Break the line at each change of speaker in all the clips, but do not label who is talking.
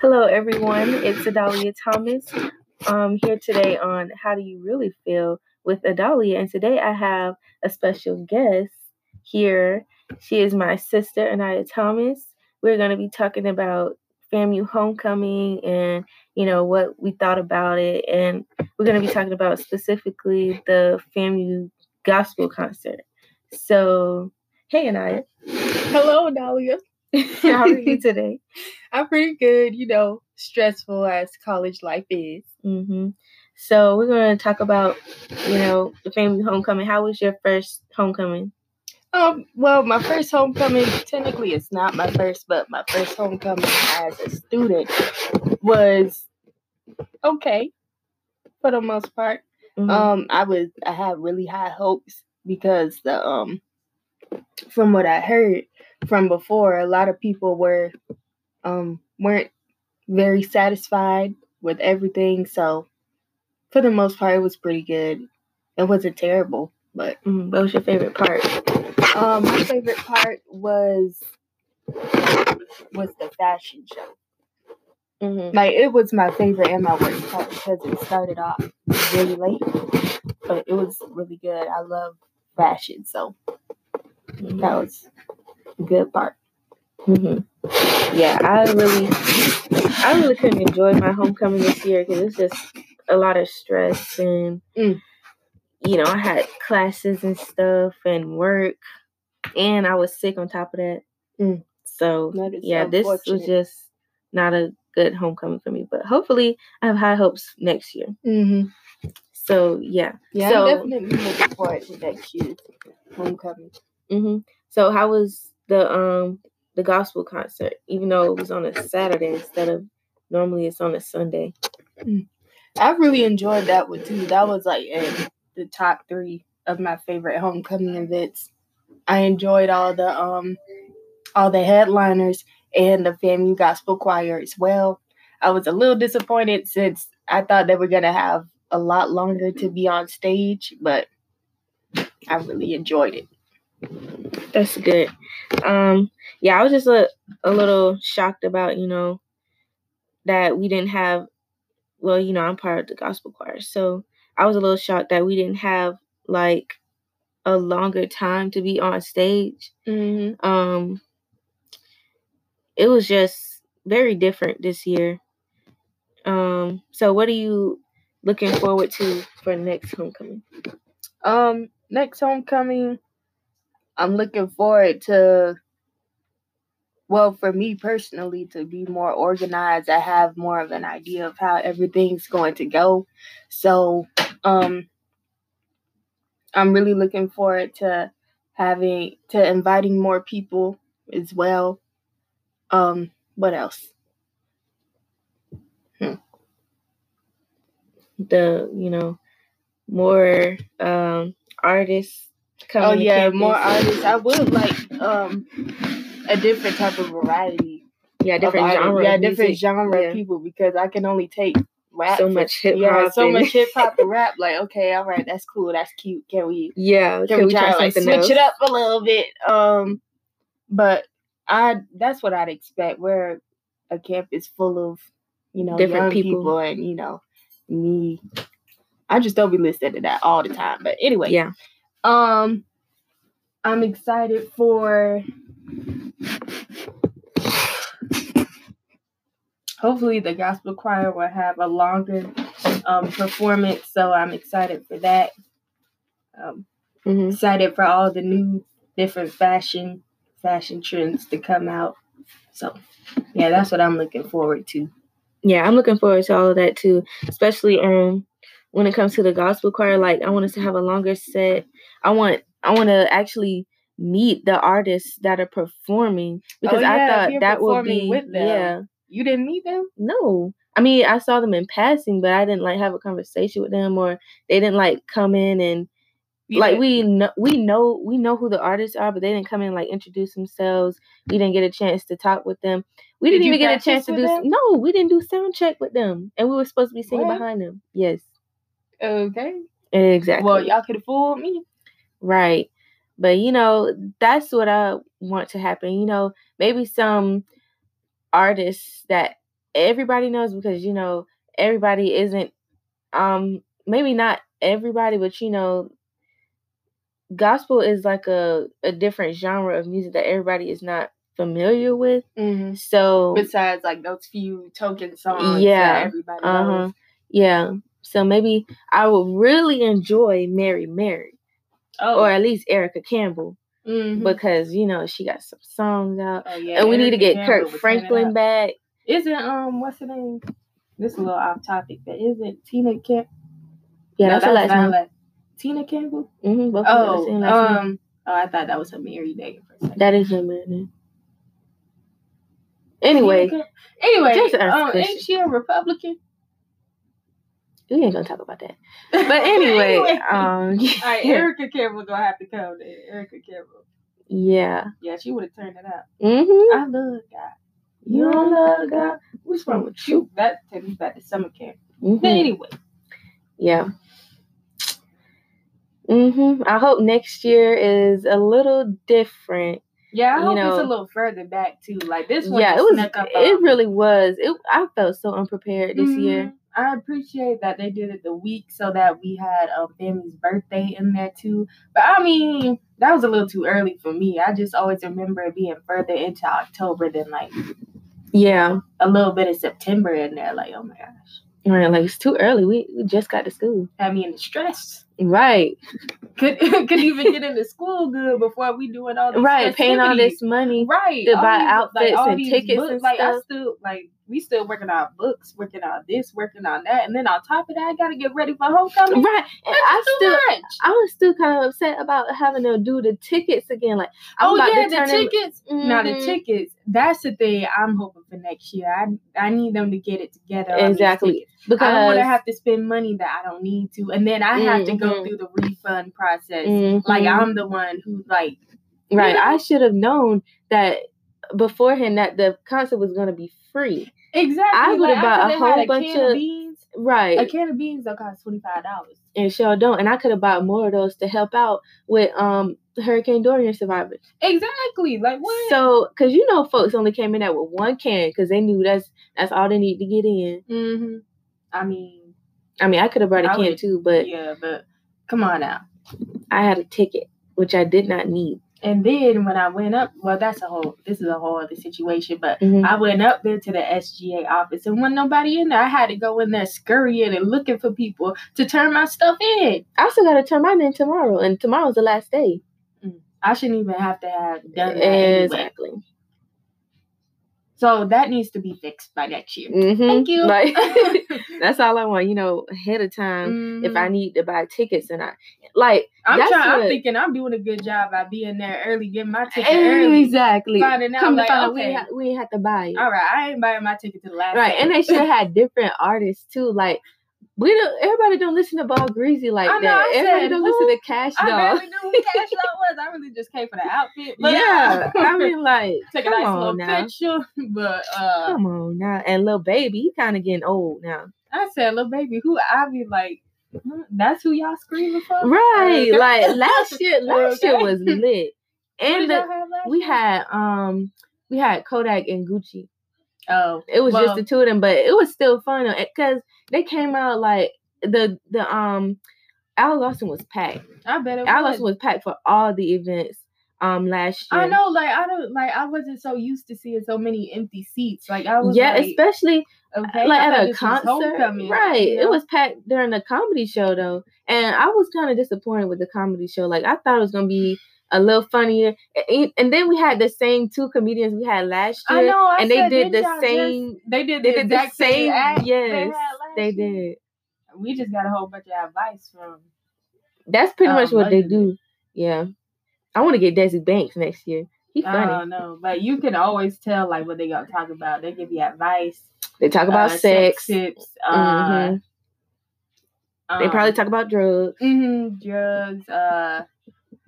Hello, everyone. It's Adalia Thomas um, here today on How Do You Really Feel with Adalia. And today I have a special guest here. She is my sister, Anaya Thomas. We're going to be talking about FAMU homecoming and, you know, what we thought about it. And we're going to be talking about specifically the FAMU gospel concert. So, hey, Anaya.
Hello, Dahlia.
How are you today?
I'm pretty good, you know, stressful as college life is.
hmm So we're going to talk about, you know, the family homecoming. How was your first homecoming?
Um, well, my first homecoming, technically it's not my first, but my first homecoming as a student was okay for the most part.
Mhm.
Um, I was I had really high hopes because the um from what I heard from before, a lot of people were um weren't very satisfied with everything. So for the most part it was pretty good. It wasn't terrible, but
Mm, what was your favorite part?
um my favorite part was was the fashion show.
Mm-hmm.
Like it was my favorite and my worst part because it started off really late, but it was really good. I love fashion, so that was a good part.
Mm-hmm. Yeah, I really, I really couldn't enjoy my homecoming this year because it's just a lot of stress and,
Mm.
you know, I had classes and stuff and work, and I was sick on top of that.
Mm.
So
That is
yeah, this was
unfortunate.
just not a good homecoming for me. But hopefully, I have high hopes next year.
Mhm.
So yeah,
Yeah,
So-
I'm definitely looking forward to next year's homecoming.
hmm So how was the um the gospel concert? Even though it was on a Saturday instead of normally it's on a Sunday.
I really enjoyed that one too. That was like in the top three of my favorite homecoming events. I enjoyed all the um all the headliners and the FAMU gospel choir as well. I was a little disappointed since I thought they were gonna have a lot longer to be on stage, but I really enjoyed it.
That's good. Um, yeah, I was just a, a little shocked about you know that we didn't have. Well, you know, I'm part of the gospel choir, so I was a little shocked that we didn't have like a longer time to be on stage.
Mm-hmm.
um it was just very different this year um so what are you looking forward to for next homecoming
Um, next homecoming, I'm looking forward to. Well, for me personally, to be more organized, I have more of an idea of how everything's going to go. So, um, I'm really looking forward to having to inviting more people as well. Um, what else?
the you know more um artists coming
Oh yeah,
to
more
campus.
artists. I would like um a different type of variety.
yeah
of
different
artists.
genre
Yeah,
of
different
music.
genre
Yeah.
people because I can only take rap.
so
for-
much hip hop
Yeah, so much hip hop and rap. Like, okay, all right, that's cool, that's cute. Can we
yeah
can, we, try, to like, switch it up a little bit? Um, but I that's what I'd expect. We're a campus full of you know
Different
young
people.
people. and you know me. I just don't be listening to that all the time. But anyway,
yeah
um, I'm excited for. Hopefully, the gospel choir will have a longer um, performance, so I'm excited for that. Um,
hmm
excited for all the new different fashion fashion trends to come out. So, yeah, that's what I'm looking forward to.
yeah i'm looking forward to all of that too especially um when it comes to the gospel choir like i want us to have a longer set i want i want to actually meet the artists that are performing because
Oh, yeah,
i
if
thought
you're
that would
performing
be
with them.
yeah
You didn't meet them?
no i mean i saw them in passing but i didn't like have a conversation with them or they didn't like come in and
You
like
didn't-
we know we know we know who the artists are but they didn't come in and, like introduce themselves we didn't get a chance to talk with them we
Did
didn't
you
even get a
practice
chance to
with
do s-
them?
no we didn't do sound check with them and we were supposed to be singing
What?
behind them yes
Okay.
exactly
Well, y'all could have fooled me.
right but you know that's what i want to happen you know maybe some artists that everybody knows because you know everybody isn't um maybe not everybody but you know gospel is like a a different genre of music that everybody is not familiar with
Mm-hmm.
so
Besides, like those few token songs
Oh. Yeah,
that everybody
uh-huh
knows.
yeah so maybe i would really enjoy mary mary
Oh,
or at least erica campbell
mhm.
because you know she got some songs out
oh yeah,
and we need to get
Erica Campbell
kirk
was turning
franklin
up.
back
Isn't um, what's her name? This is a little off topic, but isn't Tina Camp?
yeah that's the last
not
name
last- Tina Campbell.
mm-hmm, both of us
Oh,
in last name.
um, oh, I thought that was her married name for a second.
that is your married name anyway
Tina Camp- anyway,
Just ask
um,
question.
ain't she a Republican?
we ain't gonna talk about that but anyway um
All right, Erica Campbell gonna have to come. Then. Erica Campbell.
yeah
Yeah, she would have turned it up.
mm-hmm.
I love God.
you don't love god
What's wrong with you? That takes me back to summer camp. But
Mhm.
anyway,
Yeah. hmm I hope next year is a little different.
yeah, I
You
hope it's
know-
a little further back too. Like this one,
yeah, it
just
was.
Snuck up
It
on me.
really Mm-hmm. was. It. I felt so unprepared this year.
Mhm. I appreciate that they did it the week so that we had um Bambi's birthday in there too. But I mean, that was a little too early for me. I just always remember it being further into October than like Mm-hmm.
Yeah.
a little bit of September in there. Like, oh my gosh,
Right. Like it's too early. We, we just got to school.
had me in the stress.
Right.
Could couldn't even get into school good before we doing all this
Right. Paying all
festivities.
this money.
right
to buy
these-
outfits
all
and
these
tickets
books,
and
like I
stuff.
still like we still working on books, working on this, working on that, and then on top of that, I gotta get ready for homecoming.
Right. And
That's
I
too
still.
much.
I was still kind of upset about having to do the tickets again. Like I'm
oh
about
yeah,
to
the
turn in-
tickets. Now the
Mhm.
tickets. That's the thing I'm hoping for next year. I I need them to get it together. on these
Exactly,
tickets.
because
I don't want to have to spend money that I don't need to, and then I have to go
Mhm.
through the refund process.
Mhm.
Like I'm the one who like you
right.
know?
I should have known that beforehand that the concert was going to be free.
exactly.
I would've
like,
bought a
could've
whole
had
bunch
can
of-
beans.
Right.
A can of beans that cost twenty five dollars.
and Shell don't. And I could have bought more of those to help out with um Hurricane Dorian survivors.
Exactly. Like what?
So, cause you know, folks only came in there with one can because they knew that's that's all they need to get in.
hmm I mean,
I mean, I could have brought a
I
can
would-
too, but
yeah, but come on now.
I had a ticket which I did not need.
And then when I went up, well, that's a whole. This is a whole other situation. But
Mhm.
I went up there to the SGA office, and wasn't nobody in there. I had to go in there scurrying and looking for people to turn my stuff in.
I still got to turn mine in tomorrow, and tomorrow's the last day.
I shouldn't even have to have done that anyway.
Exactly.
So that needs to be fixed by next year.
hmm
Thank you.
Like that's all I want. You know, ahead of time. If I
Mhm.
need to buy tickets and I like
I'm
that's
trying, I'm
what-
thinking I'm doing a good job by being there early, getting my ticket early.
exactly
Finding out,
come
like,
to find out, we
okay.
ain't ha- we ain't have to buy it.
All right, I ain't buying my ticket to the last.
Right,
day.
and they should have had different artists too. Like we don't, everybody don't listen to Ball Greasy like
I know,
that.
I
everybody
said,
don't
who?
listen to Cash
I
Doll.
barely knew who Cash Doll was. I really just came for the outfit. But uh,
Yeah, I mean like
took a
come
nice little
on now,
picture. But uh,
come on now, and little baby, he kind of getting old now.
I said, little baby, who I be like, hmm, that's who y'all screaming for?
Right,
Okay.
like last year, last year
Okay.
was lit,
Who
and
did
the,
y'all have last
we
year?
had um we had Kodak and Gucci.
oh
It was
Well-
just the two of them, but it was still fun because they came out like the the um Al Lawson was packed.
I bet it
Al
was.
Lawson was packed for all the events um last year.
I know, like I don't like I wasn't so used to seeing so many empty seats. Like I was
Yeah,
like,
especially
okay,
like
I thought
at a
this was
concert,
homecoming,
right?
you
It
know?
was packed during the comedy show though, and I was kind of disappointed with the comedy show. Like I thought it was gonna be a little funnier, and, and then we had the same two comedians we had last year,
I know, I
and they
said,
did
didn't
the
y'all just-
same.
they did the
They did the
exact same.
same.
act they had
Yes,
last
they
year.
did.
We just got a whole bunch of advice from
That's pretty
Um,
much what they
budgeting.
do. Yeah. I want to get Desi Banks next year. He
I
funny.
don't know, but you can always tell like what they gonna talk about. They give you advice
they talk about
uh,
sex.
tips. Uh,
Mhm. they probably
Um,
talk about drugs.
hmm drugs. Uh,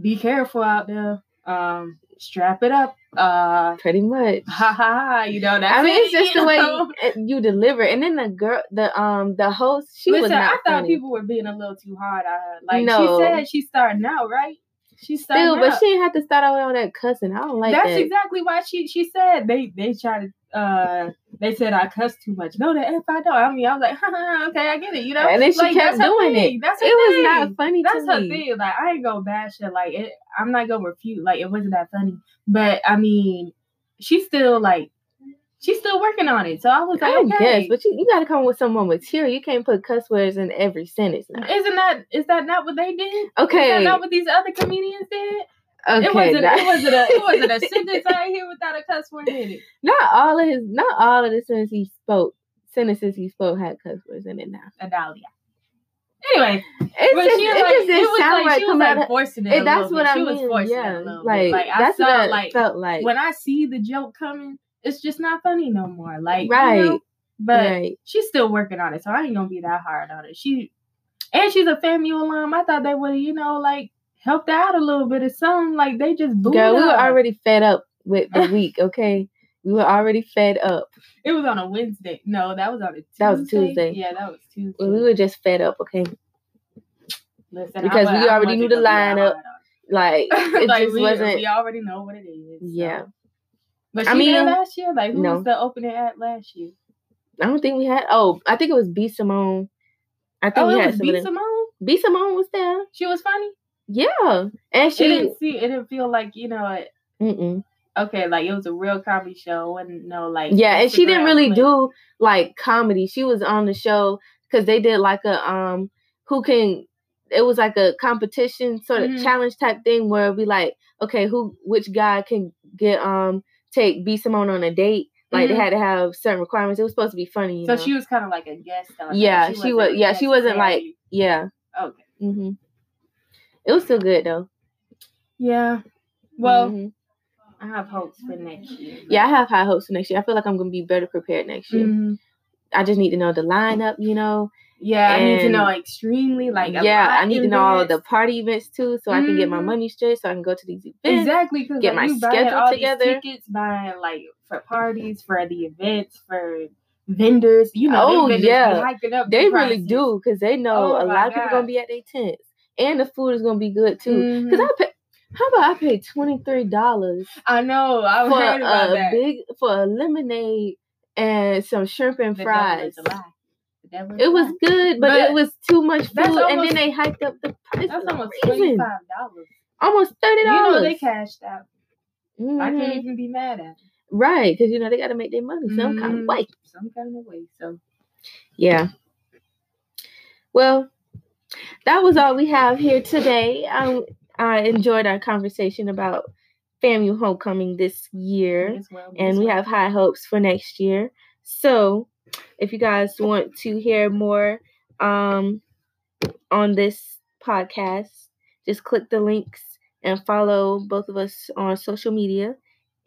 be careful out there. Um, strap it up. Uh,
Pretty much.
ha ha ha. You know that.
I mean, it's just the way you, it- you deliver. And then the girl, the um, the host, she
Listen,
was not
I thought
funny.
people were being a little too hard on her. Like
No.
she said, she's starting out, right? She's starting
Still,
out.
but she didn't have to start out with all that cussing. I don't like
That's
that.
exactly why she she said they they try to uh they said I cuss too much. No, that if I don't, I mean, I was like, okay, I get it, you know.
And then she
Like,
kept
that's her
doing
thing.
it.
That's her
It was
thing.
not funny
That's
to
her
me.
thing. Like I ain't gonna bash her. Like it, I'm not gonna refute. Like it wasn't that funny. But I mean, she's still like, she's still working on it. So I was like,
I guess,
okay.
but you, you got to come up with some more material. You can't put cuss words in every sentence now.
isn't that is that not what they did? Is that
Okay,
not what these other comedians did?
okay.
it wasn't.
now-
It wasn't a. It wasn't a sentence out here without a cuss word in it.
not all of his not all of the sentences he spoke sentences he spoke had cuss words in it now.
Adalia. Anyway,
It
but
just,
she
it
was like,
just
it
didn't
was
sound
like,
like
she was
coming out
like
of
forcing it.
and
a
that's
little
what
bit.
I
she
mean.
was forcing
yeah,
it a little
like,
bit. Like I
that's
saw,
what it
like
felt like.
when I see the joke coming, it's just not funny no more. Like you
right,
know? but
right.
she's still working on it, so I ain't gonna be that hard on it. She and she's a FAMU alum. I thought they would, you know, like helped her out a little bit or something. Like they just booed
Girl, we were
her.
already fed up with the week. Okay, we were already fed up.
It was on a Wednesday. No, that was on a Tuesday.
That was Tuesday.
Yeah, that was Tuesday.
We were just fed up. Okay,
Listen, I
because
wa-
we
I
already
wasn't
knew the
gonna be
lineup.
that
like
hard on it.
it
like
just
we,
wasn't.
we already know what it is. so.
Yeah.
But she
I
I
mean,
last year. Like who
no.
was the opening act last year?
I don't think we had. Oh, I think it was B Simone. I think
oh,
we
it
had
was
some.
B
of them.
Simone.
B Simone was there.
She was funny.
Yeah, and
it
she.
didn't see. It didn't feel like you know. It,
Mm-mm.
okay, like it was a real comedy show. Wasn't no like.
Yeah, and she didn't
Instagram
really
clip.
do like comedy. She was on the show because they did like a um who can it was like a competition sort of
Mhm.
challenge type thing where it'd be like, okay, who which guy can get um take B Simone on a date. Like
Mhm.
they had to have certain requirements. It was supposed to be funny, you
So
know?
she was kind of like a guest. on it.
Yeah, she
wasn't
was- yeah, she wasn't, like-
necessarily-
yeah.
Okay.
hmm It was still good though.
Yeah. Well,
Mhm.
I have hopes for next year.
yeah, I have high hopes for next year. I feel like I'm gonna be better prepared next year.
Mhm.
I just need to know the lineup, you know.
Yeah, I need to
And-
know extremely like. a
yeah,
lot
I need to
in
know all of
this.
the party events too, so I can get my
Mhm.
money straight, so I can go to these events.
Exactly, because
Get
like,
my
you buying
schedule
all
together.
These tickets buying like for parties, for the events, for vendors. You know, them
Oh,
vendors
yeah.
be hiking up.
They
the
really
prices.
do, cause they know
Oh
a
my
lot of people
God.
gonna be at their tents, and the food is gonna be good too.
Mhm.
Cause I pay, how about I pay twenty three dollars
I, know. I
for
Oh, heard about
a
that.
big for a lemonade and some shrimp and
The devil
fries.
is a lie. The devil is
It
a
was
lie.
good, but,
But
it was too much food,
that's
and
almost-
then they hiked up the price.
That's
for no
almost twenty
reason.
five dollars.
Almost thirty
You
dollars.
know they cashed out. I can't
Mhm.
even be mad at. It.
Right, cause you know they gotta make their money some kind of
Mhm.
way.
Some kind of way. So
Yeah. Well, that was all we have here today. I, I enjoyed our conversation about FAMU homecoming this year,
this world
and
is
we
rough.
have high hopes for next year. So, if you guys want to hear more um, on this podcast, just click the links and follow both of us on social media.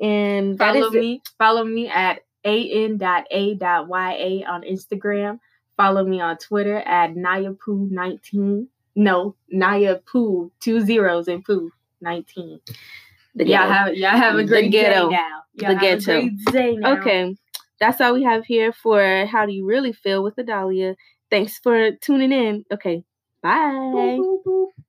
And that is
Follow
it.
me. Follow me at an.a.ya on Instagram. Follow me on Twitter at Nayapoo19. No, Nayapoo, two zeros and poo, 19.
The
Y'all
ghetto.
have, y'all have a
The
great
ghetto.
day now.
The
Y'all have a
ghetto.
great day now.
Okay. That's all we have here for How Do You Really Feel with Adalia. Thanks for tuning in. Okay. Bye.
Boop, boop, boop.